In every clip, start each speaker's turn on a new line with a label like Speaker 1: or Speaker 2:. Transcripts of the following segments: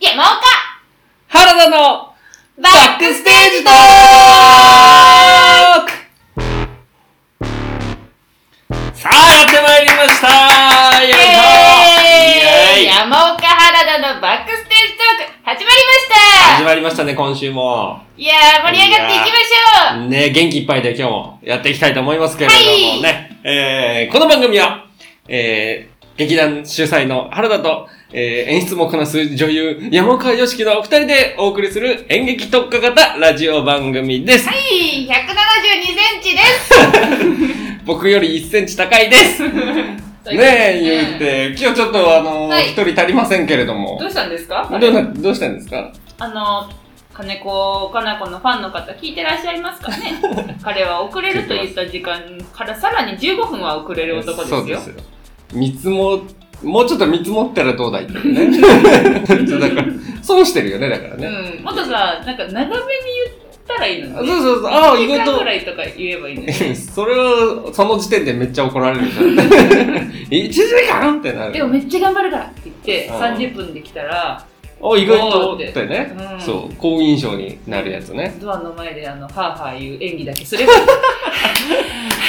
Speaker 1: 山岡
Speaker 2: 原田の
Speaker 1: バ
Speaker 2: バックステージトークさあ、やってまいりましたよいしょイエーイ
Speaker 1: 山岡原田のバックステージトーク始まりま
Speaker 2: 始
Speaker 1: した
Speaker 2: まりましたね、今週も。
Speaker 1: いやー、盛り上がっていきましょう
Speaker 2: ね、元気いっぱいで今日もやっていきたいと思いますけれどもね。えー、この番組は、えー、劇団主催の原田と、えー、演出もこなす女優山岡良樹のお二人でお送りする演劇特化型ラジオ番組です。
Speaker 1: はい、172センチです
Speaker 2: 僕より1センチ高いです。ねえ、言っ。て、今日ちょっとあの
Speaker 1: はい
Speaker 2: 一人足りませんけれども
Speaker 1: ど。うしたんですかあ
Speaker 2: どう
Speaker 1: れ
Speaker 2: な、どうしたんですか
Speaker 1: あの、金子かな子のファンの方聞いてらっしゃいますか ね彼は遅れると言った時間からさらに15分は遅れる男ですよ。
Speaker 2: そうですよ。見積も、もうちょっと見積もったらどうだいってね。そ うだから、損してるよね、だからね。
Speaker 1: うん、もっとさ、なんか長めに言ったらいい
Speaker 2: あ
Speaker 1: の
Speaker 2: そう
Speaker 1: にね。
Speaker 2: そうそう、ああ、
Speaker 1: 一
Speaker 2: 意
Speaker 1: 時間ぐ
Speaker 2: 外
Speaker 1: らいとか言えばいいのに。
Speaker 2: と。 それは、その時点でめっちゃ怒られるじゃん。1時 間って な
Speaker 1: でもめ
Speaker 2: る。
Speaker 1: っちゃ頑張るからって言って、
Speaker 2: うん
Speaker 1: 30分で来たら、
Speaker 2: あ、意外
Speaker 1: お
Speaker 2: と
Speaker 1: ー
Speaker 2: っ
Speaker 1: って
Speaker 2: てね。
Speaker 1: うん
Speaker 2: そう、好印象になるやつね。
Speaker 1: ドアの前であの、ハーハー言う演技だけすれば、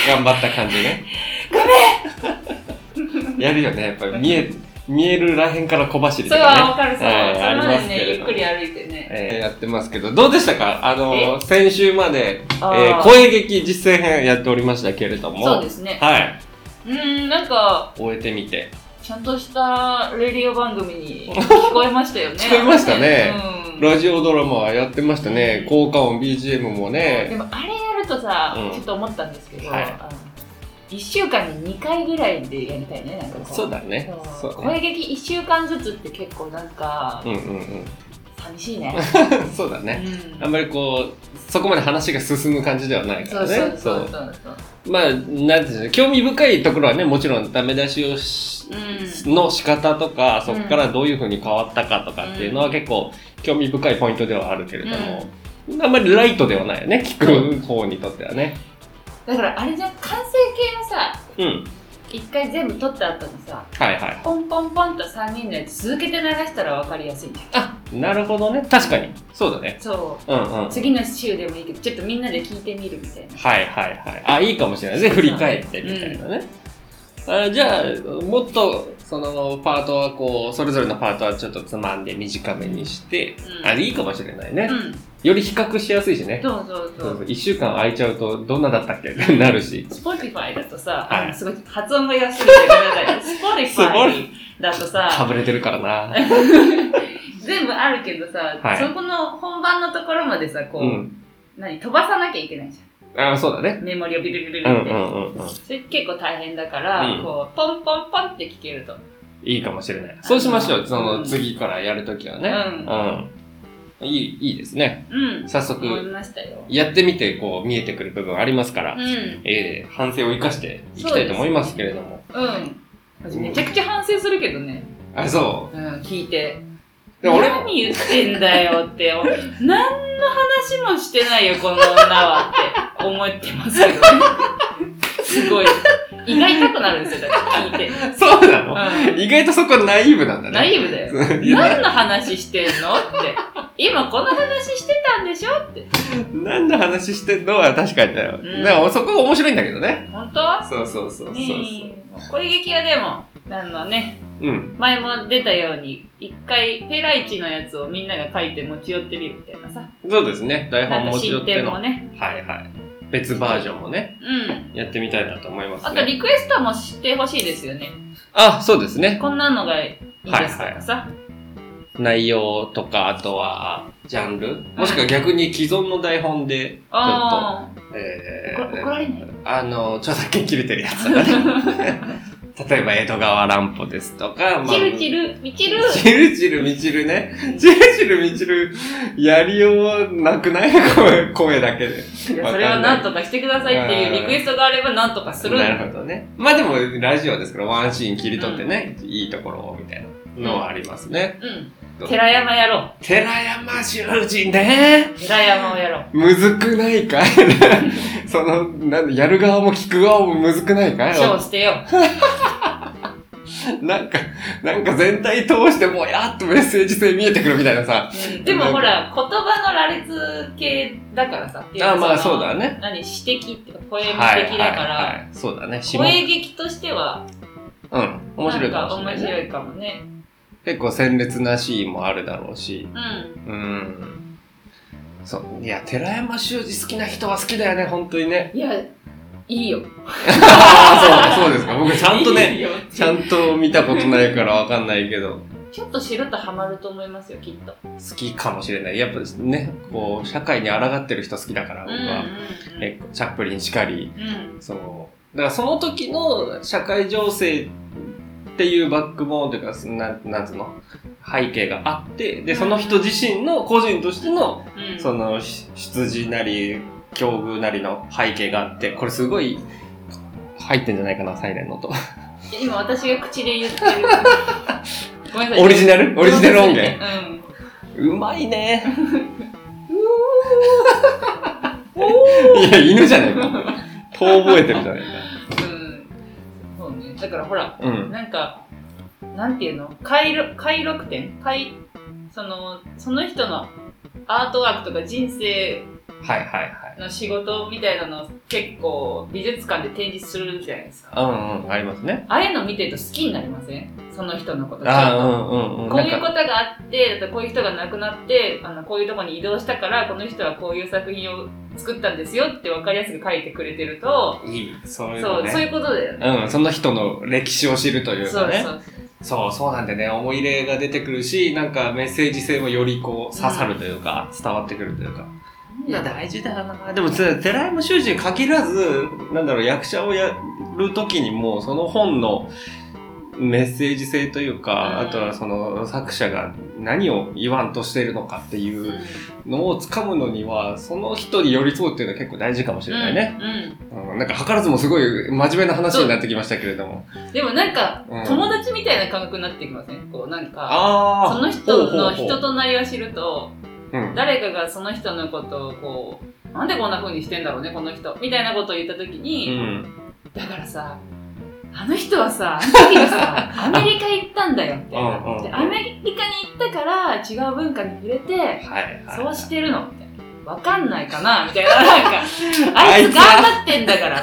Speaker 2: 頑張った感じね。ごめんやるよね、やっぱり見え、見えるらへんから小走 り
Speaker 1: そ
Speaker 2: と
Speaker 1: れ
Speaker 2: かね。
Speaker 1: はわかるそう。
Speaker 2: はい
Speaker 1: そ
Speaker 2: あり
Speaker 1: の
Speaker 2: ま
Speaker 1: 前
Speaker 2: す
Speaker 1: に
Speaker 2: けれ
Speaker 1: ね、
Speaker 2: ども
Speaker 1: ゆっくり歩いてね。
Speaker 2: えーやってますけど、どうでしたかあの、先週まで、え
Speaker 1: あー
Speaker 2: ー、声劇実践編やっておりましたけれども、
Speaker 1: そうですね。
Speaker 2: はい、
Speaker 1: うーん、なんか、
Speaker 2: 終えてみて。
Speaker 1: ちゃんとしたレディオ番組 に聞こえましたよね。
Speaker 2: 聞こえましたね
Speaker 1: うん
Speaker 2: ラジオドラマはやってましたね。効果音、BGM も
Speaker 1: で
Speaker 2: ね。
Speaker 1: もあれやるとさ、
Speaker 2: うん
Speaker 1: ちょっと思ったんですけど、
Speaker 2: はい
Speaker 1: あの1週間に2回ぐらいでやりたいねなんかこ
Speaker 2: そうだね。
Speaker 1: そう
Speaker 2: そうね。
Speaker 1: 声劇1週間ずつって結構なんか
Speaker 2: うんうん
Speaker 1: 寂しいね、
Speaker 2: うん。そうだね。
Speaker 1: う
Speaker 2: あんまりこう、そこまで話が進む感じではな
Speaker 1: ん、
Speaker 2: いか
Speaker 1: そ
Speaker 2: ら
Speaker 1: う
Speaker 2: ね。
Speaker 1: そうそうそうそう
Speaker 2: まあ、なんていうの、興味深いところはね、もちろんダメ出しをし、
Speaker 1: うん
Speaker 2: の仕方とか、そこからどういうふうに変わったかとかっていうのは結構興味深いポイントではあるけれども、あんまりライトではないよね、聞く方にとってはね。
Speaker 1: だからあれじゃん完成形のさ
Speaker 2: うん。
Speaker 1: 1回全部撮った後にさ
Speaker 2: はいは
Speaker 1: ポンポンポンと3人のやつ続けて流したら分かりやすいじゃん
Speaker 2: い。なるほどね。確かに。そうだね。
Speaker 1: そ
Speaker 2: うんうん。は
Speaker 1: う
Speaker 2: い
Speaker 1: 次の週でもいいけどちょっとみんなで聞いてみるみたいな
Speaker 2: はいはい。あ、いいかもしれないね。振り返ってみたいなね。あじゃあ、もっと、その、パートはこう、それぞれのパートはちょっとつまんで短めにして、
Speaker 1: うん
Speaker 2: あ、いいかもしれないね。
Speaker 1: うん
Speaker 2: より比較しやすいしね。
Speaker 1: そうそう
Speaker 2: そ
Speaker 1: そうう
Speaker 2: そう。一週間空いちゃうと、どんなだったっけ ってなるし。
Speaker 1: Spotify だとさ、
Speaker 2: はい
Speaker 1: あのすごい発音が安くてごめんなさい。
Speaker 2: すご
Speaker 1: Spotify だと
Speaker 2: か
Speaker 1: さ、
Speaker 2: ぶれてるからな。
Speaker 1: 全部あるけどさ、
Speaker 2: はい
Speaker 1: そこの本番のところまでさ、こう、
Speaker 2: うん。
Speaker 1: 何、飛ばさなきゃいけないじ
Speaker 2: あそうだ
Speaker 1: ゃ
Speaker 2: ね。
Speaker 1: ん。メモリをビリビリビリ
Speaker 2: うんう
Speaker 1: っ
Speaker 2: ん
Speaker 1: て。
Speaker 2: うんうん。
Speaker 1: それ結構大変だから、
Speaker 2: うん
Speaker 1: こう、ポンポンポンって聞けると。
Speaker 2: いいかもしれない。そうしましょう。そ
Speaker 1: うん
Speaker 2: の次からやるときはね。うん。いい、いいですね。
Speaker 1: うん。
Speaker 2: 早
Speaker 1: 思い
Speaker 2: 速、
Speaker 1: ましたよ。
Speaker 2: やってみて、こう、見えてくる部分ありますから、
Speaker 1: うん。
Speaker 2: えー、反省を生かしていきたいと思いますけれども。
Speaker 1: うん。私めちゃくちゃ反省するけどね。
Speaker 2: あ、そ
Speaker 1: うん、聞いて。
Speaker 2: う。で、俺も、
Speaker 1: 何言ってんだよって、お何の話もしてないよ、この女はって思ってますけどね。すごい。胃が痛くなるんですよ、だって聞いて。
Speaker 2: そうなの、
Speaker 1: う
Speaker 2: 意外とそこナイーブなんだね。
Speaker 1: ナイーブだよ。何の話してんのって。今この話してたんでしょって。
Speaker 2: 何の話してんのは確かにだよ。
Speaker 1: ん
Speaker 2: でもそこ面白いんだけどね。
Speaker 1: 本当
Speaker 2: そうそうそうそうそう。
Speaker 1: ねえこれ劇はでも、あのね、
Speaker 2: うん。
Speaker 1: 前も出たように、一回ペライチのやつをみんなが書いて持ち寄ってみるみたいなさ。
Speaker 2: そうですね。台
Speaker 1: な
Speaker 2: 本
Speaker 1: んか
Speaker 2: 持ち寄
Speaker 1: 進
Speaker 2: って
Speaker 1: 展
Speaker 2: の。
Speaker 1: も
Speaker 2: はい
Speaker 1: ね。
Speaker 2: はい。別バージョンもね、
Speaker 1: うん。
Speaker 2: やってみたいなと思いま
Speaker 1: あ
Speaker 2: す
Speaker 1: と
Speaker 2: ね。
Speaker 1: リクエストもしてほしいですよね。
Speaker 2: あそうですね。
Speaker 1: こんなのがいいですとかさ。
Speaker 2: 内容とか、あとは、ジャンル。もしくは逆に既存の台本で、ちょっ
Speaker 1: あ
Speaker 2: と、え
Speaker 1: 怒怒られない
Speaker 2: あの、著作権切れてるやつとかね。 例えば、江戸川乱歩ですとか、
Speaker 1: あ。
Speaker 2: まあ
Speaker 1: チルチル、ミチル。
Speaker 2: チルチルみちるね。チルチルみちる、やりようなくない 声声だけで。
Speaker 1: いやそれはなんとかしてくださいっていうリクエストがあればなんとかするんだ
Speaker 2: なるほどね。まあでも、ラジオですから、ワンシーン切り取ってね、いいところを、みたいなのはありますね。
Speaker 1: うん。寺山やろ
Speaker 2: 寺山修司ね
Speaker 1: う。。寺山をやろう。
Speaker 2: むずくない かいその、なんだやる側も聞く側もむずくないかい
Speaker 1: 賞してよ。
Speaker 2: なんか、なんか全体通してもうやっとメッセージ性見えてくるみたいなさ。
Speaker 1: うんでもほら、言葉の羅列系だからさ。っていか
Speaker 2: あまあ
Speaker 1: の
Speaker 2: そうだね。
Speaker 1: 何、詩的っていうか、ポエム
Speaker 2: はい
Speaker 1: 的
Speaker 2: はい
Speaker 1: だか
Speaker 2: は
Speaker 1: ら、
Speaker 2: い。そうだね。下。
Speaker 1: 声劇としては、
Speaker 2: うん。面白
Speaker 1: ないん
Speaker 2: かも
Speaker 1: か
Speaker 2: し
Speaker 1: 面
Speaker 2: れないね。
Speaker 1: 白いかもね。
Speaker 2: 結構鮮烈なシーンもあるだろうし。
Speaker 1: うん。
Speaker 2: うん。そう。いや、寺山修司好きな人は好きだよね、本当にね。
Speaker 1: いや、いいよ。
Speaker 2: ああ、そう、そうですか。僕ちゃんとね、
Speaker 1: いいよ
Speaker 2: ちゃんと見たことないからわかんないけど。
Speaker 1: ちょっと知るとハマると思いますよ、きっと。
Speaker 2: 好きかもしれない。やっぱね、こう、社会に抗ってる人好きだか
Speaker 1: う
Speaker 2: ら、
Speaker 1: ん
Speaker 2: 僕
Speaker 1: うん
Speaker 2: は。
Speaker 1: うん
Speaker 2: えチャップリンしかり、
Speaker 1: うん。
Speaker 2: その、だからその時の社会情勢っていうバックボーンというか、そのなん、なんつうの背景があって、で、その人自身の個人としての、
Speaker 1: うん
Speaker 2: その、し出自なり、境遇なりの背景があって、これすごい、入ってんじゃないかな、サイレンの と。
Speaker 1: 今私が口で言っ てる。ごめんなさい。
Speaker 2: オリジナルオリジナル音源。
Speaker 1: うん。
Speaker 2: うまいね。 いや、犬じ ゃねえか。遠吠えてるじゃね
Speaker 1: うん。そうね。だからほら、
Speaker 2: えか。うん。
Speaker 1: なんか、なんていうの回路回録点回、その、その人のアートワークとか人生
Speaker 2: はいはいはい。
Speaker 1: の仕事みたいなのを結構美術館で展示するじゃないですか。
Speaker 2: うんうん、ありますね。
Speaker 1: ああいうの見てると好きになりませんその人のこと。
Speaker 2: あうんうんうん。
Speaker 1: こういう
Speaker 2: なん
Speaker 1: こ
Speaker 2: か
Speaker 1: とがあって、だってこういう人が亡くなって、あのこういうとこに移動したから、この人はこういう作品を作ったんですよって分かりやすく書いてくれてると、
Speaker 2: いい。そういう
Speaker 1: そ
Speaker 2: の
Speaker 1: う、そう
Speaker 2: ね。
Speaker 1: いうことだよね。
Speaker 2: うん、その人の歴史を知るという
Speaker 1: そ
Speaker 2: か
Speaker 1: う
Speaker 2: ね
Speaker 1: そ。う。
Speaker 2: そう、そうなんでね、思い入れが出てくるし、なんかメッセージ性もよりこう、刺さるというか、伝わってくるというか。いや、大事だよな。でも、つ寺山修司に限らず、なんだろう、役者をやるときにも、その本のメッセージ性というか、
Speaker 1: うん
Speaker 2: あとはその作者が何を言わんとしているのかっていうのを掴むのには、その人に寄り添うっていうのは結構大事かもしれないね。
Speaker 1: うんうん
Speaker 2: うんなんか、図らずもすごい真面目な話になってきましたけれども。
Speaker 1: でもなんか、
Speaker 2: うん
Speaker 1: 友達みたいな感覚になってきませんこうなんか、
Speaker 2: ああ。
Speaker 1: その人の
Speaker 2: ほうほうほう
Speaker 1: 人となりを知ると、
Speaker 2: うん。
Speaker 1: 誰かがその人のことをこう、なんでこんな風にしてんだろうね、この人。みたいなことを言った時
Speaker 2: う
Speaker 1: に、
Speaker 2: ん
Speaker 1: だからさ、あの人はさ、あの時が さ、アメリカ行ったんだよみたい
Speaker 2: うんうんうん
Speaker 1: な。でアメリカに行ったから違う文化に触れて、
Speaker 2: はいはいはい。
Speaker 1: そうしてるのみたいな。わかんないかなみたいな。なん か、あ
Speaker 2: あ
Speaker 1: い
Speaker 2: い
Speaker 1: つ
Speaker 2: つは
Speaker 1: 頑張ってんだから。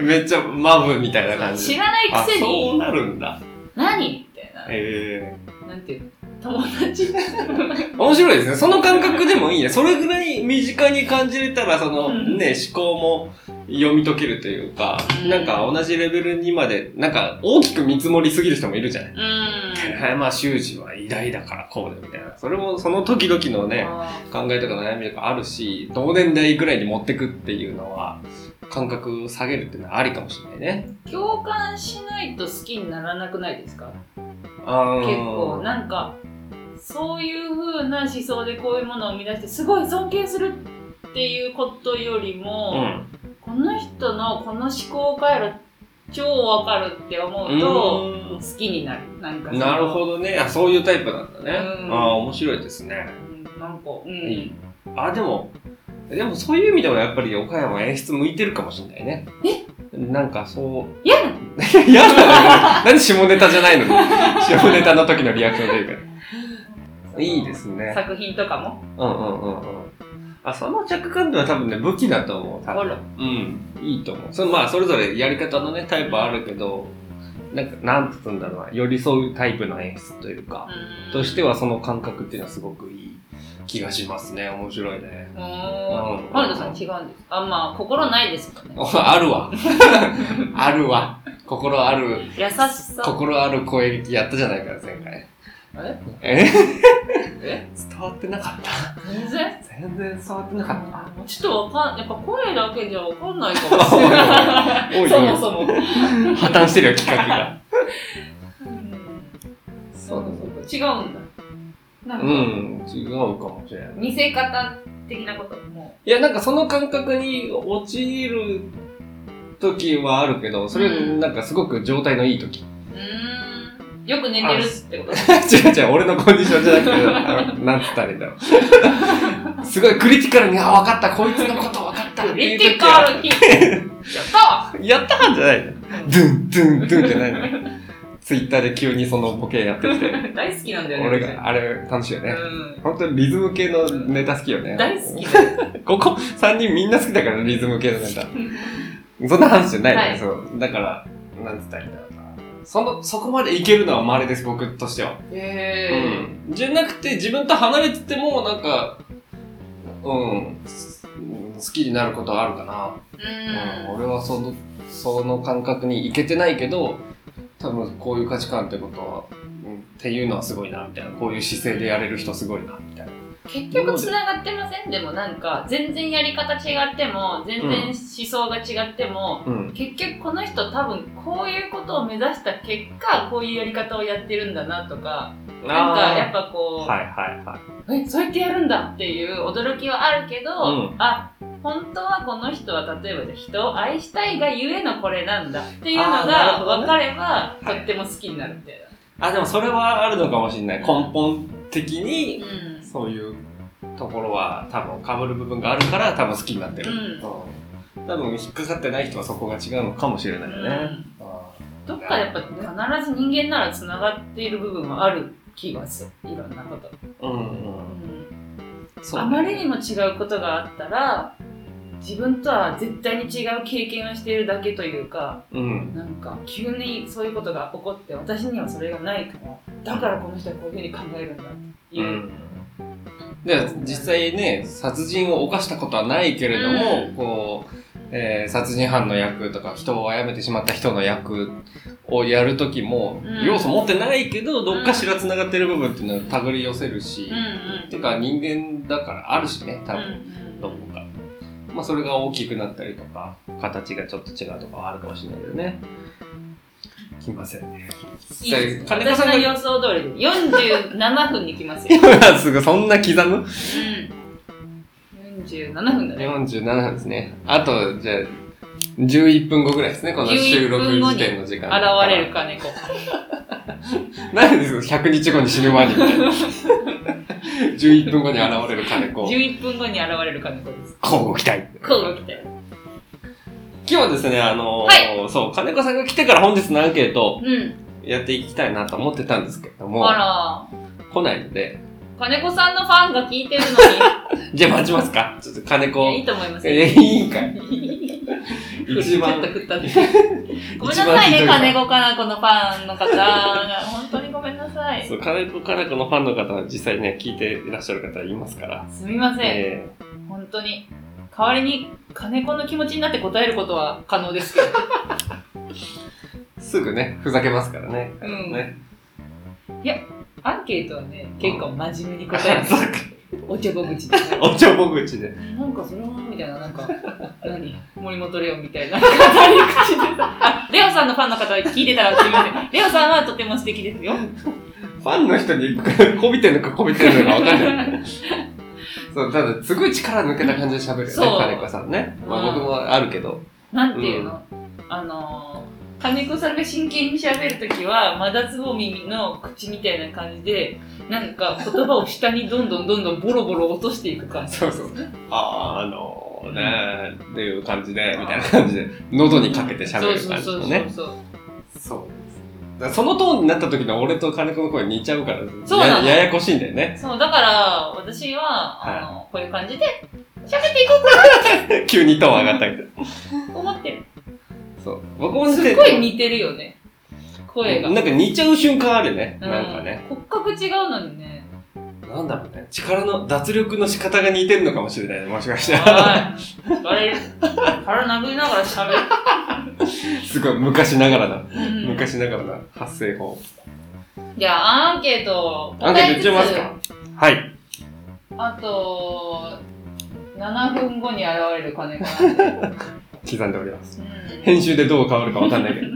Speaker 2: めっちゃマブみたいな感じ。
Speaker 1: 知らない
Speaker 2: あ
Speaker 1: くせ
Speaker 2: そう
Speaker 1: に、
Speaker 2: なるんだ。
Speaker 1: 何みたいな。
Speaker 2: ええ
Speaker 1: なんていうの友達
Speaker 2: 面白いですね。その感覚でもいいね。それぐらい身近に感じれたら、その
Speaker 1: うん
Speaker 2: ね、思考も読み解けるというか、
Speaker 1: うん
Speaker 2: なんか同じレベルにまで、なんか大きく見積もりすぎる人もいるじゃない。
Speaker 1: うん
Speaker 2: はい、まあ、修士は偉大だからこうでみたいな。それもその時々のね、
Speaker 1: あ
Speaker 2: 考えとか悩みとかあるし、同年代ぐらいに持ってくっていうのは、感覚を下げるっていうのはありかもしれないね。
Speaker 1: ー共感しないと好きにならなくないですか
Speaker 2: 結
Speaker 1: 結構なんかそういう風な思想でこういうものを生み出してすごい尊敬するっていうことより
Speaker 2: う
Speaker 1: も、
Speaker 2: ん。
Speaker 1: この人のこの思考回路超わかるって思うと好きになるなんかその
Speaker 2: なるほどね。あ、そういうタイプなんだね。
Speaker 1: うん
Speaker 2: ああ、面白いですね。
Speaker 1: うんなんかうん
Speaker 2: いいあ、でも、でもそういう意味ではやっぱり岡山演出向いてるかもしれないね。えなんかそう。
Speaker 1: 嫌なの
Speaker 2: いや、だね。何下ネタじゃ ないのに。下ネタの時のリアクションという
Speaker 1: そ
Speaker 2: か。
Speaker 1: の
Speaker 2: いいですね。
Speaker 1: 作品とかも
Speaker 2: うんうんうんうん。あ、その着眼点は多分ね、武器だと思う。多
Speaker 1: あ
Speaker 2: 分
Speaker 1: ら
Speaker 2: うん。いいと思う。そのまあ、それぞれやり方のね、タイプはあるけど、なんか、なんつうんだろうな、寄り添うタイプの演出というか。としてはその感覚っていうのはすごくいい気がしますね。面白いね。
Speaker 1: うー
Speaker 2: うん
Speaker 1: ん原田さん違うんですあまあ心ないですもんね
Speaker 2: おあるわ。 あるわ。心ある、
Speaker 1: 優しさ
Speaker 2: 心ある声劇やったじゃないか、前回。
Speaker 1: え
Speaker 2: え
Speaker 1: え
Speaker 2: 伝わってなかった。
Speaker 1: 全然
Speaker 2: 全然伝わってなかっ
Speaker 1: ちょっとわかんやっぱ声だけじゃわかんない かもしれない
Speaker 2: た。多い
Speaker 1: そ
Speaker 2: 多
Speaker 1: も
Speaker 2: い。
Speaker 1: そも。
Speaker 2: 破綻してるよ、企画 が。
Speaker 1: そうそうそう違うんだ。なん
Speaker 2: う
Speaker 1: か、
Speaker 2: ん、違うかもしれない。
Speaker 1: 見せ方的なことも。
Speaker 2: いや、なんかその感覚に陥る時はあるけど、それ
Speaker 1: うん
Speaker 2: なんかすごく状態のいい時。
Speaker 1: うーん。よく寝てるって こと
Speaker 2: 違う違う、俺のコンディションじゃなくて、あのなんつったらいいんだろう。すごいクリティカルに、あ、分かった、こいつのこと分かったって
Speaker 1: ク
Speaker 2: い
Speaker 1: リ
Speaker 2: う
Speaker 1: テ
Speaker 2: 時
Speaker 1: ィカ
Speaker 2: は。
Speaker 1: ルヒットやった
Speaker 2: やったんじゃないのドゥン、ドゥン、ドゥンってないの。ツイッターで急にそのボケやってきて。
Speaker 1: 大好きなんだよね。
Speaker 2: 俺が、あれ、楽しいよね。
Speaker 1: うん。
Speaker 2: 本当にリズム系のネタ好きよね。
Speaker 1: 大好きだ よ。
Speaker 2: ここ3人みんな好きだから、リズム系のネタ。そんな話じゃないよね、
Speaker 1: はい
Speaker 2: そう。だから、なんつったらいいんだろうな。その、そこまでいけるのは稀です、僕としては。
Speaker 1: へ
Speaker 2: うん。じゃなくて、自分と離れてても、なんか、うん、すうん好きになることはあるかな。
Speaker 1: ー。う
Speaker 2: うん
Speaker 1: ん。
Speaker 2: 俺はそのその感覚にいけてないけど多分こういう価値観ってことは、うん、っていうのはすごいなみたいなこういう姿勢でやれる人すごいなみたいな
Speaker 1: 結局つながってませんでもなんか、全然やり方違っても、全然思想が違っても、
Speaker 2: うん
Speaker 1: 結局この人多分こういうことを目指した結果こういうやり方をやってるんだなとかなんかやっぱこう、
Speaker 2: はいはいはい
Speaker 1: えそうやってやるんだっていう驚きはあるけど、
Speaker 2: うん
Speaker 1: あ本当はこの人は例えばじゃあ人を愛したいがゆえのこれなんだっていうの
Speaker 2: あーなる
Speaker 1: が
Speaker 2: ほどね
Speaker 1: 分かれば、
Speaker 2: はい
Speaker 1: とっても好きになるみたいな。
Speaker 2: あでもそれはあるのかもしれない根本的に
Speaker 1: うん
Speaker 2: そういうところは多分かぶる部分があるから多分好きになってる、
Speaker 1: うん
Speaker 2: うん多分引っかかってない人はそこが違うのかもしれないよね、あ
Speaker 1: どっかやっぱ必ず人間ならつながっている部分はある気がするいろんなこと、
Speaker 2: ー
Speaker 1: う
Speaker 2: うんうん
Speaker 1: ん
Speaker 2: そう
Speaker 1: あまりにも違うことがあったら自分とは絶対に違う経験をしているだけというか
Speaker 2: うん
Speaker 1: なんか急にそういうことが起こって私にはそれがないからだからこの人はこういうふうに考えるんだっていうう、
Speaker 2: ん、で実際ね殺人を犯したことはないけれども、
Speaker 1: うん
Speaker 2: こう、えー殺人犯の役とか人を殺めてしまった人の役をやる時も、
Speaker 1: うん
Speaker 2: 要素持ってないけどどっかしらつながってる部分っていうのは手繰り寄せるし、
Speaker 1: うんうん
Speaker 2: てか人間だからあるしね多
Speaker 1: うんう
Speaker 2: 分、
Speaker 1: ん
Speaker 2: どこか。まあそれが大きくなったりとか形がちょっと違うとかはあるかもしれないけどね。来ませんね。
Speaker 1: いいです
Speaker 2: 金子さ
Speaker 1: 私
Speaker 2: んが
Speaker 1: の予想通りで47分に来ますよ、
Speaker 2: 今 すぐそんな刻む
Speaker 1: うん、47分だね
Speaker 2: 47分ですね。あと、じゃあ、11分後ぐらいですね、この収録
Speaker 1: 11分後
Speaker 2: 時
Speaker 1: に
Speaker 2: 点の時間。
Speaker 1: 現れる。金子
Speaker 2: なんですか、100日後に死ぬ前に。11分後に現れる金子。
Speaker 1: 11分後に現れる金子です
Speaker 2: こうご期待。
Speaker 1: こうご期待
Speaker 2: 今日はですね、あのーそう、金子さんが来てから本日のアンケート
Speaker 1: うん
Speaker 2: やっていきたいなと思ってたんですけれども、
Speaker 1: あ
Speaker 2: 来ないので、
Speaker 1: ら金子さんのファンが聞いてるのに
Speaker 2: じゃあ待ちますか。ちょっと金
Speaker 1: いやい
Speaker 2: 子。
Speaker 1: いと思いますよ。
Speaker 2: え、いいかい。一
Speaker 1: 一
Speaker 2: 番
Speaker 1: 番。ちょっと振ったね。 ごめんなさいね、
Speaker 2: 一番ひどい
Speaker 1: 金子かなこのファンの方が。本当にごめんなさい
Speaker 2: そ。う、金子からこのファンの方は実際ね、聞いていらっしゃる方いますから。
Speaker 1: すみません、
Speaker 2: えー
Speaker 1: 本当に。代わりに金子の気持ちになって答えることは可能ですけど。
Speaker 2: すぐね、ふざけますからね。
Speaker 1: うん
Speaker 2: ね
Speaker 1: アンケートはね、結構真面目に答える。おちょぼ口で。
Speaker 2: おちょぼ口で。
Speaker 1: なんかそれは、みたいな、なん か、何森本レオみたいな語り口でさ。あ、 レオさんのファンの方聞いてたらすみません。レオさんはとても素敵ですよ。
Speaker 2: ファンの人にこびてるのかこびてるのか わかんない。そう、ただ、すごい力抜けた感じで喋るよね、
Speaker 1: そう
Speaker 2: 金子さんね。まあ、
Speaker 1: うん
Speaker 2: 僕もあるけど。
Speaker 1: なんていうの、あのー金子さんが真剣に喋るときは、まだつぼみの口みたいな感じで、なんか言葉を下にどんどんどんどんボロボロ落としていく感じ。
Speaker 2: そうそう。あー、あのー、ねーっていう感じで、みたいな感じで、喉にかけて喋る感じ
Speaker 1: そ
Speaker 2: のね。
Speaker 1: うそうそう
Speaker 2: そう。だからそのトーンになった時の俺と金子の声似ちゃうから、
Speaker 1: そうなの
Speaker 2: やややこしいんだよ ね。
Speaker 1: そう。そう、だから、私は、あのこういう感じで、喋っていこ
Speaker 2: 急にトーン上がったみたいな。
Speaker 1: うと思ってる。
Speaker 2: そう。僕もね
Speaker 1: すごい似てるよね。声が。
Speaker 2: なんか似ちゃう瞬間あるね。
Speaker 1: う
Speaker 2: なんかね。。
Speaker 1: 骨格違うのに ね。
Speaker 2: なんだろうね。力の、脱力の仕方が似てるのかもしれないね。もしかしたら。
Speaker 1: はい。バレる。腹殴りながら喋る。
Speaker 2: すごい、昔ながらな。
Speaker 1: うん
Speaker 2: 昔ながらな発声法。
Speaker 1: じゃあ、アンケート、
Speaker 2: アンケートいっちゃいますかはい。
Speaker 1: あと、7分後に現れる金子なんで。
Speaker 2: 刻んでおります。
Speaker 1: うん
Speaker 2: 編集でどう変わるかわかんな いけど。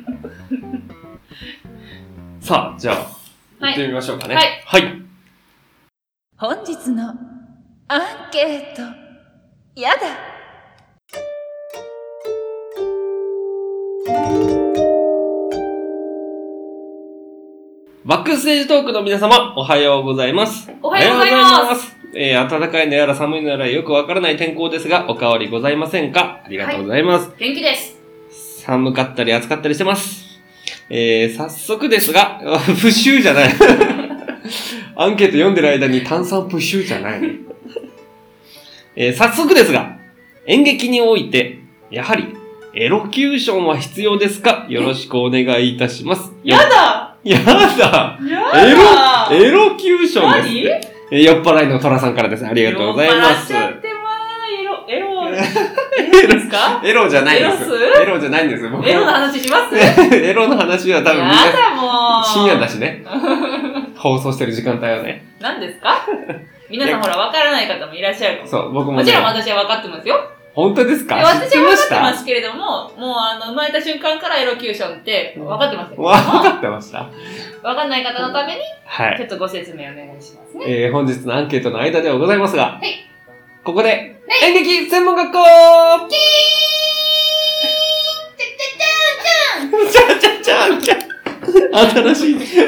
Speaker 2: さあ、じゃあ、
Speaker 1: は
Speaker 2: 行
Speaker 1: い
Speaker 2: ってみましょうかね。
Speaker 1: はい
Speaker 2: はい。
Speaker 3: 本日のアンケート、やだ
Speaker 2: バックステージトークの皆様、おはようございます。
Speaker 1: おはようございます
Speaker 2: す。えー、暖かいのやら寒いのやらよくわからない天候ですが、お変わりございませんかありがとうございます。
Speaker 1: 元気です
Speaker 2: 寒かったり暑かったりしてます。えー、早速ですが、 あプッシューじゃない。 アンケート読んでる間に炭酸プッシューじゃない。えー、早速ですが、演劇において、やはり、エロキューションは必要ですかよろしくお願いいたします。
Speaker 1: やだ
Speaker 2: やだ
Speaker 1: や
Speaker 2: エ
Speaker 1: だ
Speaker 2: ロ、エロキューションです
Speaker 1: 何
Speaker 2: って。えー酔っ払いのトラさんからです。ありがとうございます
Speaker 1: 酔っ。払っちゃってまーエロ、エロ、エロですか
Speaker 2: エロじゃないです
Speaker 1: エロ。ス
Speaker 2: エロじゃないんです。僕
Speaker 1: エロの話しますや
Speaker 2: エロの話は多分みんな
Speaker 1: だもう
Speaker 2: 深夜だしね。放送してる時間帯はね。
Speaker 1: 何ですか皆さんほら、わからない方もいらっしゃるかも。
Speaker 2: そう、僕も
Speaker 1: も
Speaker 2: ね
Speaker 1: ち。ろん私は分かってますよ。
Speaker 2: 本当です
Speaker 1: で
Speaker 2: か
Speaker 1: 私は分かってま
Speaker 2: 知
Speaker 1: すけれども、もうあの、生まれた瞬間からエロキューションって分かってますよ。
Speaker 2: わ
Speaker 1: も
Speaker 2: かってました。
Speaker 1: う分かんない方のために、
Speaker 2: はい。
Speaker 1: ちょっとご説明お願いしますね。
Speaker 2: えー、本日のアンケートの間ではございますが、
Speaker 1: はい
Speaker 2: ここで、演劇専門学校キーンチャチャチャンチャ新しい、新し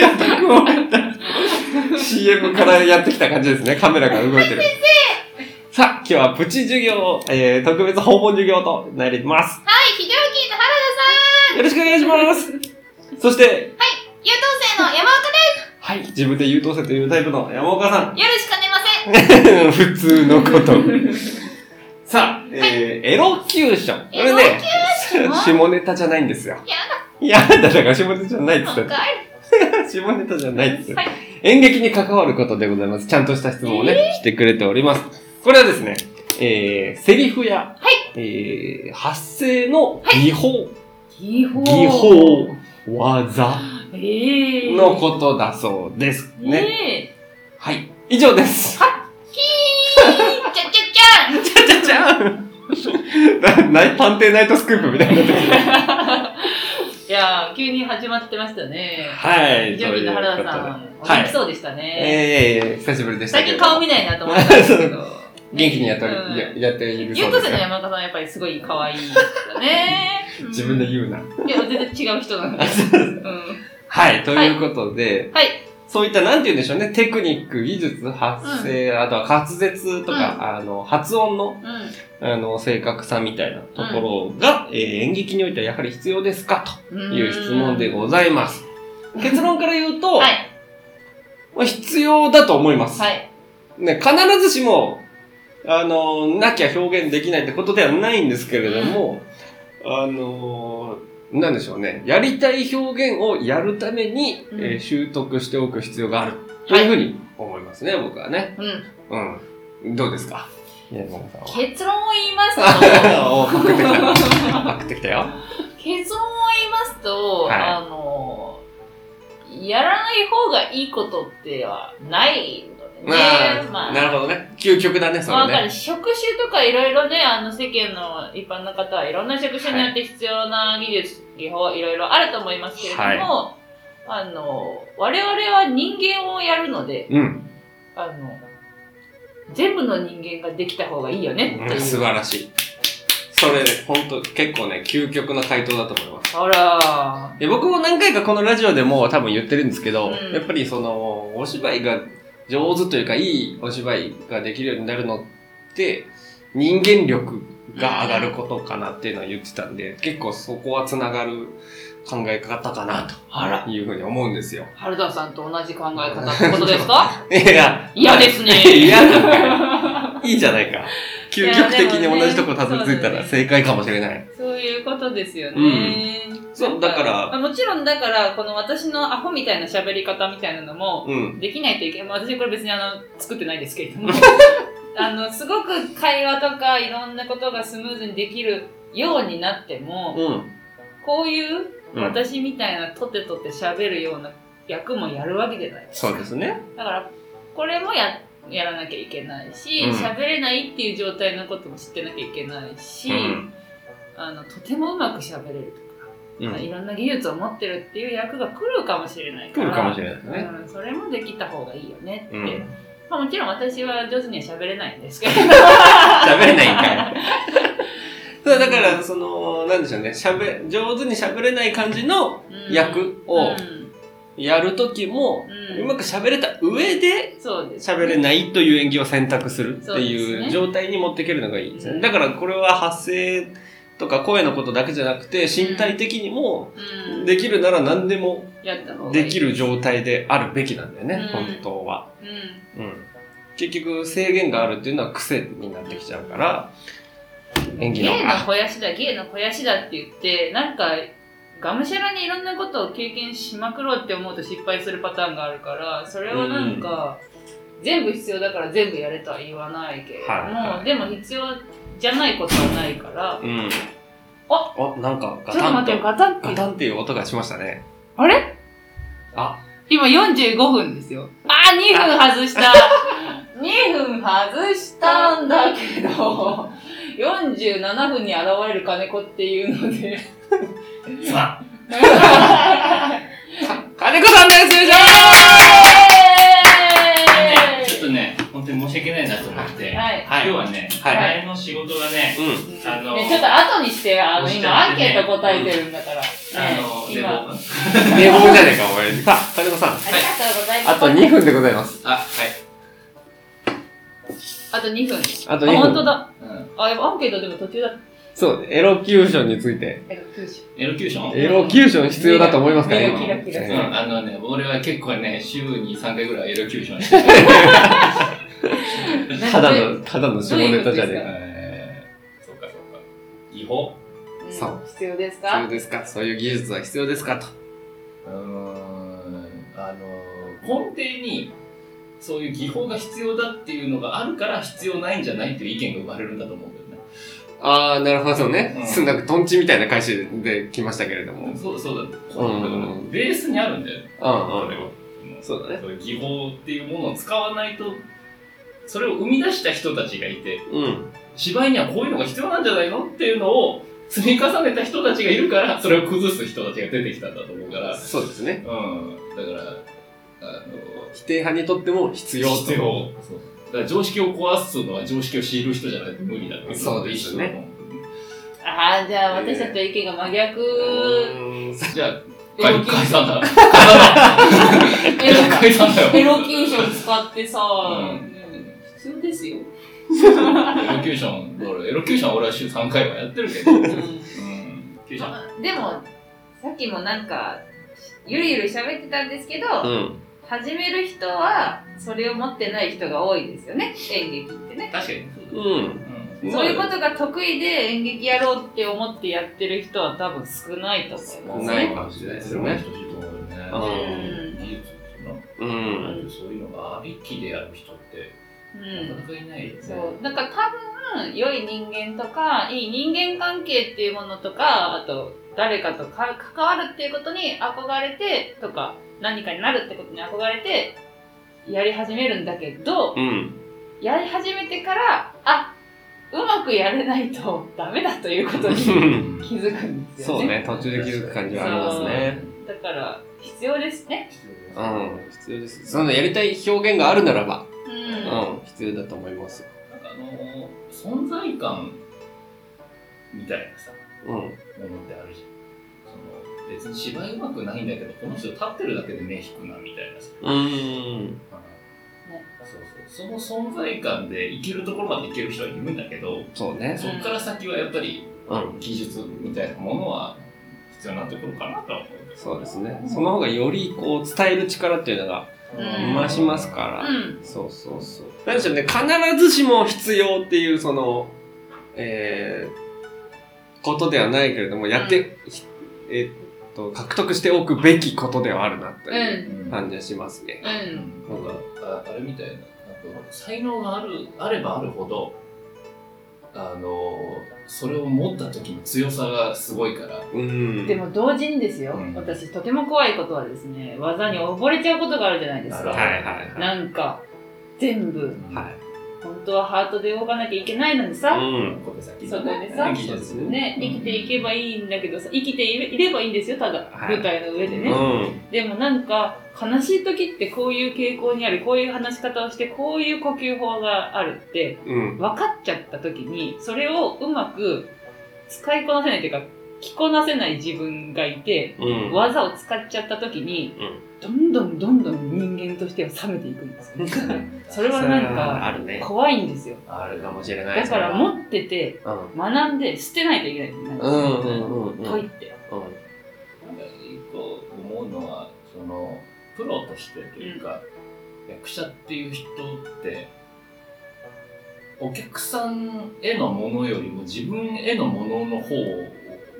Speaker 2: いアタックを入った CM からやってきた感じですね。カメラが動いてる。さあ、今日はプチ授業を、えー、特別訪問授業となります。
Speaker 4: はい、非常勤の原田さん
Speaker 2: よろしくお願いします。そして、
Speaker 4: 優等生の山岡で
Speaker 2: はい、自分で優等生というタイプの山岡さん。
Speaker 4: す夜しか寝ません
Speaker 2: 普通のこと。さあ、えーエロキューショ ン。これね、下ネタじゃないんですよ。やだ。やだ、だから下ネタじゃないっつっ
Speaker 4: か い
Speaker 2: た。下ネタじゃないっつった
Speaker 1: はい
Speaker 2: 演劇に関わることでございます。ちゃんとした質問をね、してくれております。これはですね、えー、セリフや、えー、発声の技法、
Speaker 1: 技法。
Speaker 2: 技法、技
Speaker 1: ええ
Speaker 2: のことだそうです。ね。
Speaker 1: ね
Speaker 2: はい。以上です。
Speaker 4: キャッキャッキャン
Speaker 2: じゃじゃん ない探偵ナイトスクープみたいになってる
Speaker 1: え。いやー、急に始まってましたね。
Speaker 2: はい。
Speaker 1: ジョビーの原田さん、お元気そうでした
Speaker 2: い。
Speaker 1: ね。
Speaker 2: ええ久しぶりでした
Speaker 1: 最
Speaker 2: け
Speaker 1: 近
Speaker 2: ど。
Speaker 1: 顔見ないなと思ったんですけど。
Speaker 2: 元気にやってお
Speaker 1: うん
Speaker 2: り、ややっているそ
Speaker 1: 優
Speaker 2: うで
Speaker 1: 等
Speaker 2: す
Speaker 1: 生の
Speaker 2: ね。
Speaker 1: 山岡さんはやっぱりすごい可愛いですよね。
Speaker 2: 自分で言うな。
Speaker 1: いや、全然違う人なんです。うん。
Speaker 2: はい。ということで、
Speaker 1: はい
Speaker 2: そういった、なんて言うんでしょうね。テクニック、技術、発声、あとは滑舌とか、あの、発音の、
Speaker 1: うん。
Speaker 2: あの、正確さみたいなところが、えー演劇においてはやはり必要ですか
Speaker 1: う
Speaker 2: と
Speaker 1: ーん
Speaker 2: いう質問でございます。結論から言うと、
Speaker 1: はい
Speaker 2: まあ必要だと思います。
Speaker 1: はい。
Speaker 2: ね、必ずしも、あの、なきゃ表現できないってことではないんですけれども、あの、なんでしょうね。やりたい表現をやるために、
Speaker 1: うん
Speaker 2: えー習得しておく必要がある。というふうに思いますね、僕はね。
Speaker 1: うん。
Speaker 2: うん。どうですか宮本さんは。
Speaker 1: 結論を言いますと、
Speaker 2: おパクってきたよ。パクってきたよ。
Speaker 1: 結論を言いますと、
Speaker 2: はい
Speaker 1: あの、やらない方がいいことってはないのでね。
Speaker 2: まあ、
Speaker 1: ま
Speaker 2: な
Speaker 1: あ、
Speaker 2: るほどね。究極だね、そ
Speaker 1: わ
Speaker 2: れ
Speaker 1: か
Speaker 2: ね。
Speaker 1: る。職種とかいろいろね、あの世間の一般の方はいろんな職種によって必要な技術、技法、いろいろあると思いますけれども、あの、我々は人間をやるので、
Speaker 2: うん。
Speaker 1: あの、全部の人間ができた方がいいよねって
Speaker 2: う
Speaker 1: い
Speaker 2: ん
Speaker 1: う。
Speaker 2: 素晴らしい。それ、本当結構ね、究極の回答だと思います。
Speaker 1: あら
Speaker 2: で僕も何回かこのラジオでも多分言ってるんですけど、
Speaker 1: うん
Speaker 2: やっぱりそのお芝居が上手というかいいお芝居ができるようになるのって人間力が上がることかなっていうのは言ってたんで、結構そこはつながる考え方かな
Speaker 1: あら
Speaker 2: というふうに思うんですよ。
Speaker 1: 原田さんと同じ考え方ってことですか
Speaker 2: いや、
Speaker 1: 嫌ですね
Speaker 2: 嫌なんかいいじゃないか。究極的に同じとこたどり着いたら正解かもしれない。
Speaker 1: そういうことですよね。
Speaker 2: そう、だから、
Speaker 1: まあもちろんだから、この私のアホみたいな喋り方みたいなのも、
Speaker 2: うん。
Speaker 1: できないといけない。まあ私これ別にあの、作ってないですけれ ども、あの、すごく会話とかいろんなことがスムーズにできるようになっても、
Speaker 2: うん。
Speaker 1: こういう
Speaker 2: うん、
Speaker 1: 私みたいなとてとて喋るような役もやるわけじゃないですか
Speaker 2: そうですね。
Speaker 1: だからこれもややらなきゃいけないし
Speaker 2: うん
Speaker 1: 喋、れないっていう状態のことも知ってなきゃいけないし、
Speaker 2: うん。
Speaker 1: あのとてもうまく喋れる
Speaker 2: う
Speaker 1: とか、
Speaker 2: ん。
Speaker 1: いろんな技術を持ってるっていう役が来るかもしれないか
Speaker 2: 来
Speaker 1: ら
Speaker 2: るかもしれないですね。
Speaker 1: うん、それもできた方がいいよねって、
Speaker 2: うん。
Speaker 1: まあ、もちろん私は上手には喋れないんですけど
Speaker 2: 喋れないんかい。そう、だから、その、なんでしょうね、喋、上手に喋れない感じの
Speaker 1: うん
Speaker 2: 役を
Speaker 1: うん
Speaker 2: やるときも、
Speaker 1: う
Speaker 2: うんまく喋れた上で、
Speaker 1: そうです
Speaker 2: 喋れないという演技を選択するって
Speaker 1: そうです
Speaker 2: い
Speaker 1: ね
Speaker 2: う状態に持っていけるのがいいです
Speaker 1: う
Speaker 2: ね。
Speaker 1: ん
Speaker 2: だから、これは発声とか声のことだけじゃなくて、身体的にも、
Speaker 1: うん。
Speaker 2: できるなら何でも
Speaker 1: やった方がいい。
Speaker 2: できる状態であるべきなんだよね、
Speaker 1: うん
Speaker 2: 本当は。
Speaker 1: うん。
Speaker 2: うん、結局制限があるっていうのは癖になってきちゃうから演技の
Speaker 1: 芸の
Speaker 2: あ
Speaker 1: 肥やしだ、芸の肥やしだって言って、なんか、がむしゃらにいろんなことを経験しまくろうって思うと失敗するパターンがあるから、それはなんか、全部必要だから全部やれとは言わないけれども、
Speaker 2: はいは
Speaker 1: でも必要じゃないことはないから、
Speaker 2: うん
Speaker 1: あ
Speaker 2: あなんかガ
Speaker 1: ちょっと
Speaker 2: タン
Speaker 1: 待
Speaker 2: と
Speaker 1: って、ガタンって
Speaker 2: ガ。タンっていう音がしましたね
Speaker 1: あれ
Speaker 2: あ
Speaker 1: 今45分ですよ。あー、2分外 した。2分外したんだけど、47分に現れる金子っていうので。
Speaker 2: さあ金子さんですよいしょ
Speaker 5: ねちょっとね、本当に申し訳ないなと思って、
Speaker 1: はい
Speaker 5: 今日はね、
Speaker 2: はい
Speaker 5: 前の仕事がね、
Speaker 2: ーうん
Speaker 5: あの
Speaker 1: ね、ちょっと後にして、あの、
Speaker 5: 押し
Speaker 1: 今
Speaker 5: た
Speaker 1: ア
Speaker 5: ん
Speaker 1: ン
Speaker 5: でね
Speaker 1: ケート答えてるんだから。ね
Speaker 5: あの、で
Speaker 1: 今、あ
Speaker 5: も、
Speaker 2: 名簿じゃねえかお前さあ金子さん
Speaker 1: りがとうございます。
Speaker 2: あと2分でございます
Speaker 5: あ、はい。
Speaker 1: あと2分。
Speaker 2: あと
Speaker 1: あ、
Speaker 2: 2
Speaker 1: 本当
Speaker 2: 分
Speaker 1: だ。
Speaker 5: うん
Speaker 1: あ、アンケートでも途中だった。
Speaker 2: そうエロキューションについて
Speaker 1: えっと、9時。
Speaker 5: エロキューション
Speaker 2: エロキューション必要だと思いますか
Speaker 1: 目
Speaker 2: ね
Speaker 1: がキラキラす
Speaker 5: う
Speaker 2: え
Speaker 1: る
Speaker 2: ー
Speaker 5: ん、あのね、俺は結構ね、週に3回ぐらいエロキューションしてる。
Speaker 2: ただのただの下ネタじゃねえか
Speaker 5: えーそうかそうか。違法
Speaker 1: うん
Speaker 2: そう
Speaker 1: 必要です
Speaker 2: 必要
Speaker 1: か
Speaker 2: ですかそういう技術は必要ですかと。
Speaker 5: うーん、あの、根底に、そういう技法が必要だっていうのがあるから必要ないんじゃないっていう意見が生まれるんだと思うけどね。
Speaker 2: ああ、なるほどね。
Speaker 5: うん
Speaker 2: すん、なんかトンチみたいな返しで来ましたけれども。うんうん。
Speaker 5: そうそうだ。
Speaker 2: うんうんうん
Speaker 5: ベースにあるんだよね。それは
Speaker 2: そうだね。
Speaker 5: そういう技法っていうものを使わないとそれを生み出した人たちがいて
Speaker 2: うん。
Speaker 5: 芝居にはこういうのが必要なんじゃないのっていうのを積み重ねた人たちがいるからそれを崩す人たちが出てきたんだと思うから、うん、だ
Speaker 2: そうですね。
Speaker 5: からあの
Speaker 2: 否定派にとっても必要と。
Speaker 5: 必要そうだから常識を壊すのは常識を知る人じゃないと無理だっていのと
Speaker 2: そうですね
Speaker 1: あー、じゃあ私たちの意見が真逆。
Speaker 2: うーん。
Speaker 5: 一緒だと思うじゃあ
Speaker 1: エ
Speaker 5: 解
Speaker 1: ロキュー
Speaker 5: 解
Speaker 1: シ
Speaker 5: 散だ解散だ
Speaker 1: ョン。
Speaker 5: 解散だよ
Speaker 1: エロキューション使ってさ、
Speaker 5: うん
Speaker 1: うん必要ですよ。
Speaker 5: エロキューションだからエロキューションは俺は週3回はやってるけど、うん、キューション
Speaker 1: でも、さっきもなんか、ゆるゆる喋ってたんですけど、
Speaker 2: うん。
Speaker 1: 始める人は、それを持ってない人が多いですよね、演劇ってね。
Speaker 5: 確かに。
Speaker 2: うん。
Speaker 5: うん。
Speaker 1: そういうことが得意で演劇やろうって思ってやってる人は多分少ないと思います。
Speaker 2: ないかもしれないですよね。
Speaker 1: う。
Speaker 2: うん
Speaker 5: 技術っていうの
Speaker 2: うん。
Speaker 5: そういうのがありきでやる人って、
Speaker 1: う
Speaker 5: なんかなかいないよね。
Speaker 1: そうなんか多分良い人間とかいい人間関係っていうものとかあと誰かとか関わるっていうことに憧れてとか何かになるってことに憧れてやり始めるんだけど
Speaker 2: うん。
Speaker 1: やり始めてからあうまくやれないとダメだということに気づくんです
Speaker 2: そ
Speaker 1: よ
Speaker 2: う
Speaker 1: ね
Speaker 2: ね。途中で気づく感じはありますね。
Speaker 1: だから必要ですね
Speaker 2: う。ん。必要です。そのやりたい表現があるならば、
Speaker 1: う
Speaker 2: うんん。必要だと思います。
Speaker 5: なんかあのー存在感みたいなさ、
Speaker 2: うん。
Speaker 5: ものってあるじゃん。その別に芝居うまくないんだけど、この人立ってるだけで目引くなみたいなさ。
Speaker 2: うーん。
Speaker 1: ね
Speaker 5: そうそう。その存在感でいけるところまでいける人はいるんだけど、
Speaker 2: そうね。
Speaker 5: そこから先はやっぱり
Speaker 2: うん。
Speaker 5: 技術みたいなものは必要になってくるかなとは思う
Speaker 2: そうですね。その方がよりこう伝える力っていうのが
Speaker 1: うん
Speaker 2: 増しますか
Speaker 1: う
Speaker 2: ら。
Speaker 1: ん
Speaker 2: そうそうそう。なんでしょうね、必ずしも必要っていう、その、えー、ことではないけれども、やって、ひえっと、獲得しておくべきことではあるなと
Speaker 1: う
Speaker 2: いうん
Speaker 5: うん
Speaker 2: 感じがしますね。
Speaker 1: う
Speaker 5: うんんなんかああれみたいななんか才能があるあればあるほどあのそれを持った時の強さがすごいから
Speaker 2: うん。
Speaker 1: でも同時にですよ、
Speaker 5: うん
Speaker 1: 私とても怖いことはですね技に溺れちゃうことがあるじゃないです
Speaker 5: ある
Speaker 2: は
Speaker 5: あ
Speaker 2: い
Speaker 1: か
Speaker 5: る
Speaker 2: はいはい。
Speaker 1: なんか全部
Speaker 2: はい。
Speaker 1: 本当はハートで動かなきゃいけないのに
Speaker 2: う
Speaker 1: さ、
Speaker 2: ん。
Speaker 5: 小手先
Speaker 1: そこでさ
Speaker 5: 技術
Speaker 2: うん
Speaker 1: ね生きていけばいいんだけどさ生きていれいればいいんですよただ、
Speaker 2: はい
Speaker 1: 舞台の上で
Speaker 2: う
Speaker 1: ね、
Speaker 2: ん。
Speaker 1: でもなんか悲しい時ってこういう傾向にあるこういう話し方をしてこういう呼吸法があるって
Speaker 2: うん。
Speaker 1: 分かっちゃった時にそれをうまく使いこなせないっていうか着こなせない自分がいて、
Speaker 2: うん。
Speaker 1: 技を使っちゃった時に、どんどんどんどん人間としては冷めていくんですよね。それはなん
Speaker 2: うんあ
Speaker 1: か、
Speaker 2: るね。
Speaker 1: 怖いんですよ。
Speaker 2: あるかもしれない。
Speaker 1: だから持ってて、
Speaker 2: うん。
Speaker 1: 学んで捨てないといけないですね。
Speaker 2: うんうんうんうん
Speaker 1: 解いて。
Speaker 2: う
Speaker 5: なんか一個思うのはそのプロとしてというか、役者っていう人ってお客さんへのものよりも自分へのものの方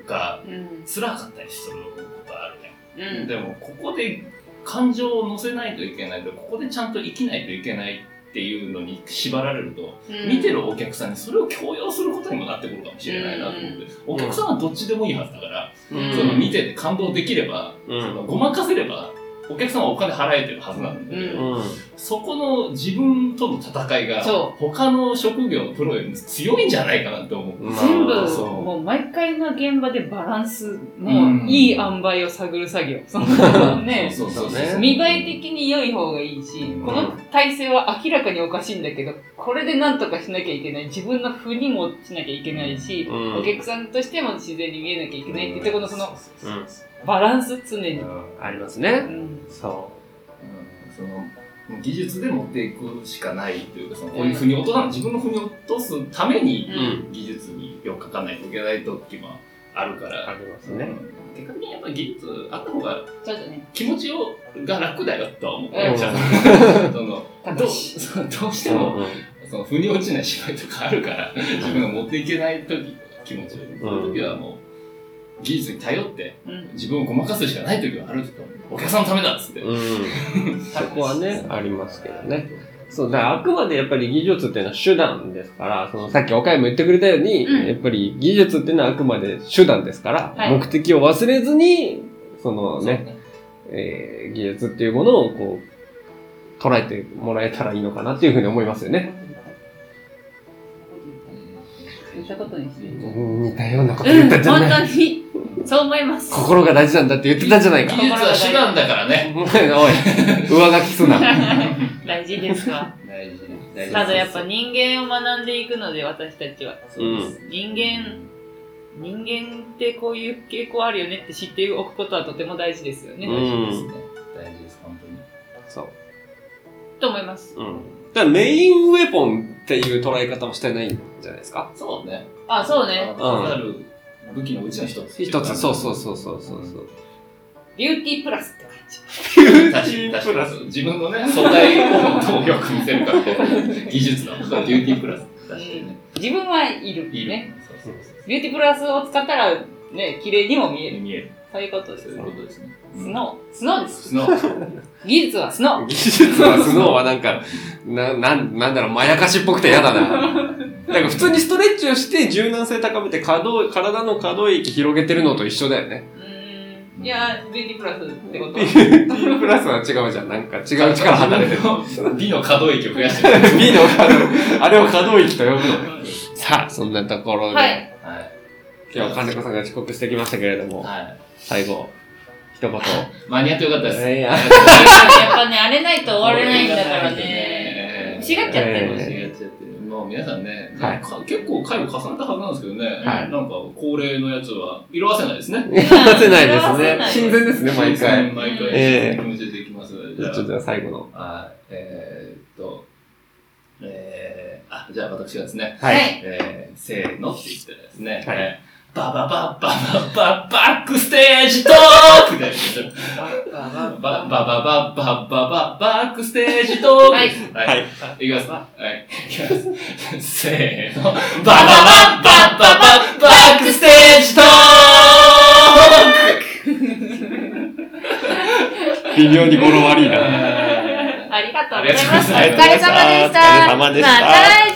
Speaker 5: が
Speaker 1: うん。
Speaker 5: 辛かったりすることあるね、
Speaker 1: うん。
Speaker 5: でもここで感情を乗せないといけないとここでちゃんと生きないといけないっていうのに縛られると、
Speaker 1: うん
Speaker 5: 見てるお客さんにそれを強要することにもなってくるかもしれないなと思って、
Speaker 2: ん
Speaker 5: お客さんはどっちでもいいはずだから、
Speaker 1: うん
Speaker 5: その見てて感動できれば、
Speaker 2: うん
Speaker 5: そのごまかせればお客さんはお金払えてるはずなんだけど、
Speaker 2: ん。うん。
Speaker 5: そこの自分との戦いが
Speaker 1: そ
Speaker 5: 他の職業のプロよりも強いんじゃないかなって思う。
Speaker 2: まあ
Speaker 1: 全部
Speaker 5: そう
Speaker 1: もう毎回の現場でバランス
Speaker 5: う
Speaker 1: の
Speaker 5: ん
Speaker 1: いい塩梅を探る作業、そのね
Speaker 5: そうそう
Speaker 2: そうね
Speaker 1: 見栄え的に良い方がいいし、
Speaker 5: うん
Speaker 1: この体勢は明らかにおかしいんだけどこれで何とかしなきゃいけない自分の負にもしなきゃいけないし、
Speaker 2: うん
Speaker 1: お客さんとしても自然に見えなきゃいけないっていうところのその
Speaker 5: うんうん
Speaker 1: バランス常に、
Speaker 2: あります
Speaker 1: う
Speaker 2: ね。
Speaker 1: ん
Speaker 2: そ
Speaker 5: その技術で持っていくしかないというかそのこういうふうに落とさない自分のふうに落とすため
Speaker 1: う
Speaker 5: に
Speaker 2: う。
Speaker 1: ん。
Speaker 5: 技術に手をかかないといけない時もあるから
Speaker 2: あ、ります
Speaker 5: う
Speaker 2: ね。
Speaker 5: ん結果的にやっぱり技術あった方が
Speaker 1: ちょっとね
Speaker 5: 気持ちをが楽だよとは思
Speaker 1: う
Speaker 5: う、
Speaker 1: ん
Speaker 5: じゃあそのどうそうどうしてもその腑に落ちない芝居とかあるから自分が持っていけない時気持ちを、その時はもう技術に頼って
Speaker 1: うん
Speaker 5: 自分をごまかすしかない時はあると思うお客さんのためだっつって、
Speaker 2: うん。そこはね、ありますけどね。そう、だからあくまでやっぱり技術っていうのは手段ですから、そのさっき岡山も言ってくれたように、
Speaker 1: うん
Speaker 2: やっぱり技術っていうのはあくまで手段ですから、
Speaker 1: はい
Speaker 2: 目的を忘れずに、その
Speaker 5: そう
Speaker 2: ね、えー技術っていうものをこう、捉えてもらえたらいいのかなっていうふうに思いますよね。
Speaker 1: 言ったことにして
Speaker 2: う
Speaker 1: る
Speaker 2: ん似たようなこと
Speaker 1: う
Speaker 2: 言っ
Speaker 1: ん
Speaker 2: たじゃ
Speaker 1: 本
Speaker 2: ない。
Speaker 1: 当にそう思います
Speaker 2: 心が大事なんだって言ってたじゃないか
Speaker 5: 技。術は手段だからね
Speaker 2: おい、上書きすな。
Speaker 1: 大事ですわ
Speaker 5: 大事
Speaker 2: 大事
Speaker 1: ただやっぱ人間を学んでいくので私たちは
Speaker 2: うん。
Speaker 1: 人間人間ってこういう傾向あるよねって知っておくことはとても大事ですよね、
Speaker 2: うん
Speaker 5: 大事ですね大事です本当に
Speaker 2: そう。
Speaker 1: と思います
Speaker 2: うん。だからメインウェポンっていう捉え方もしてないんじゃないですか。
Speaker 5: そうね
Speaker 1: あそう
Speaker 5: あ
Speaker 1: ね
Speaker 5: かかる武器のうちの一つ
Speaker 2: 一つ、そうそうそうそうそうそう。
Speaker 1: ビューティープラスって感じ
Speaker 5: 確かに確かに自分のね素材をどうよく見せるかっていう技術のビューティープラス確かにね
Speaker 1: 自分はいる
Speaker 5: いい
Speaker 1: ね
Speaker 5: ねそうそうそう
Speaker 1: ビューティープラスを使ったらね綺麗にも見える
Speaker 5: 見える
Speaker 1: そういうことで
Speaker 5: そう
Speaker 1: す
Speaker 5: いうことですね
Speaker 1: スノースノーです
Speaker 5: スノー
Speaker 1: 技術はスノー
Speaker 2: 技術はスノーはなんか、な、なん、なんだろう、まやかしっぽくて嫌だな。だから普通にストレッチをして柔軟性高めて可動、体の可動域広げてるのと一緒だよね。
Speaker 1: うーんいやビューティープラスってこと
Speaker 2: T プラスは違うじゃん。なんか違う力働いてる。
Speaker 5: 自分の美の可動域を増やしてる
Speaker 2: B の可動、あれを可動域と呼ぶの。さあ、そんなところで、
Speaker 1: はい
Speaker 5: はい
Speaker 2: 今日は金子さんが遅刻してきましたけれども、
Speaker 5: はい
Speaker 2: 最後、一言。
Speaker 5: 間に合ってよかったです
Speaker 2: いや
Speaker 1: やっぱねあれないと終われないんだからね
Speaker 5: ええ
Speaker 1: しがっちゃってる
Speaker 5: 間違っちゃってるまあ皆さんね、
Speaker 2: はい
Speaker 5: か結構回を重ねたはずなんですけどね、
Speaker 2: はい
Speaker 5: なんか恒例のやつは色あせないですね
Speaker 2: 出せないで
Speaker 1: 出
Speaker 2: す
Speaker 1: せ
Speaker 2: ね
Speaker 1: な。い
Speaker 2: 新鮮ですね、毎回。
Speaker 5: 毎回、
Speaker 2: ええ
Speaker 5: お見せできます
Speaker 2: ちょ
Speaker 5: じゃあ
Speaker 2: っとじゃあ最後の。
Speaker 5: はい、えー、っと、えー、あ、じゃあ私がですね、
Speaker 2: は。
Speaker 1: はいい
Speaker 5: えー、せーのって言ったらですね、
Speaker 2: はい
Speaker 5: えーバババババババックステージトークみたいなやつでババババババババックステージトーク
Speaker 1: はい
Speaker 5: はい。
Speaker 2: はい
Speaker 5: あいきますはい。いきます。せーの。バババババババックステージトー
Speaker 2: 微妙に語呂悪い
Speaker 5: ク
Speaker 2: な。
Speaker 1: ありがとう
Speaker 5: あ
Speaker 1: ご
Speaker 5: り
Speaker 1: ざい
Speaker 5: がとうござ
Speaker 1: ま
Speaker 2: お疲れ
Speaker 5: いますす
Speaker 2: 様でした
Speaker 3: お疲れ様でした
Speaker 2: お疲れ様でした
Speaker 3: また来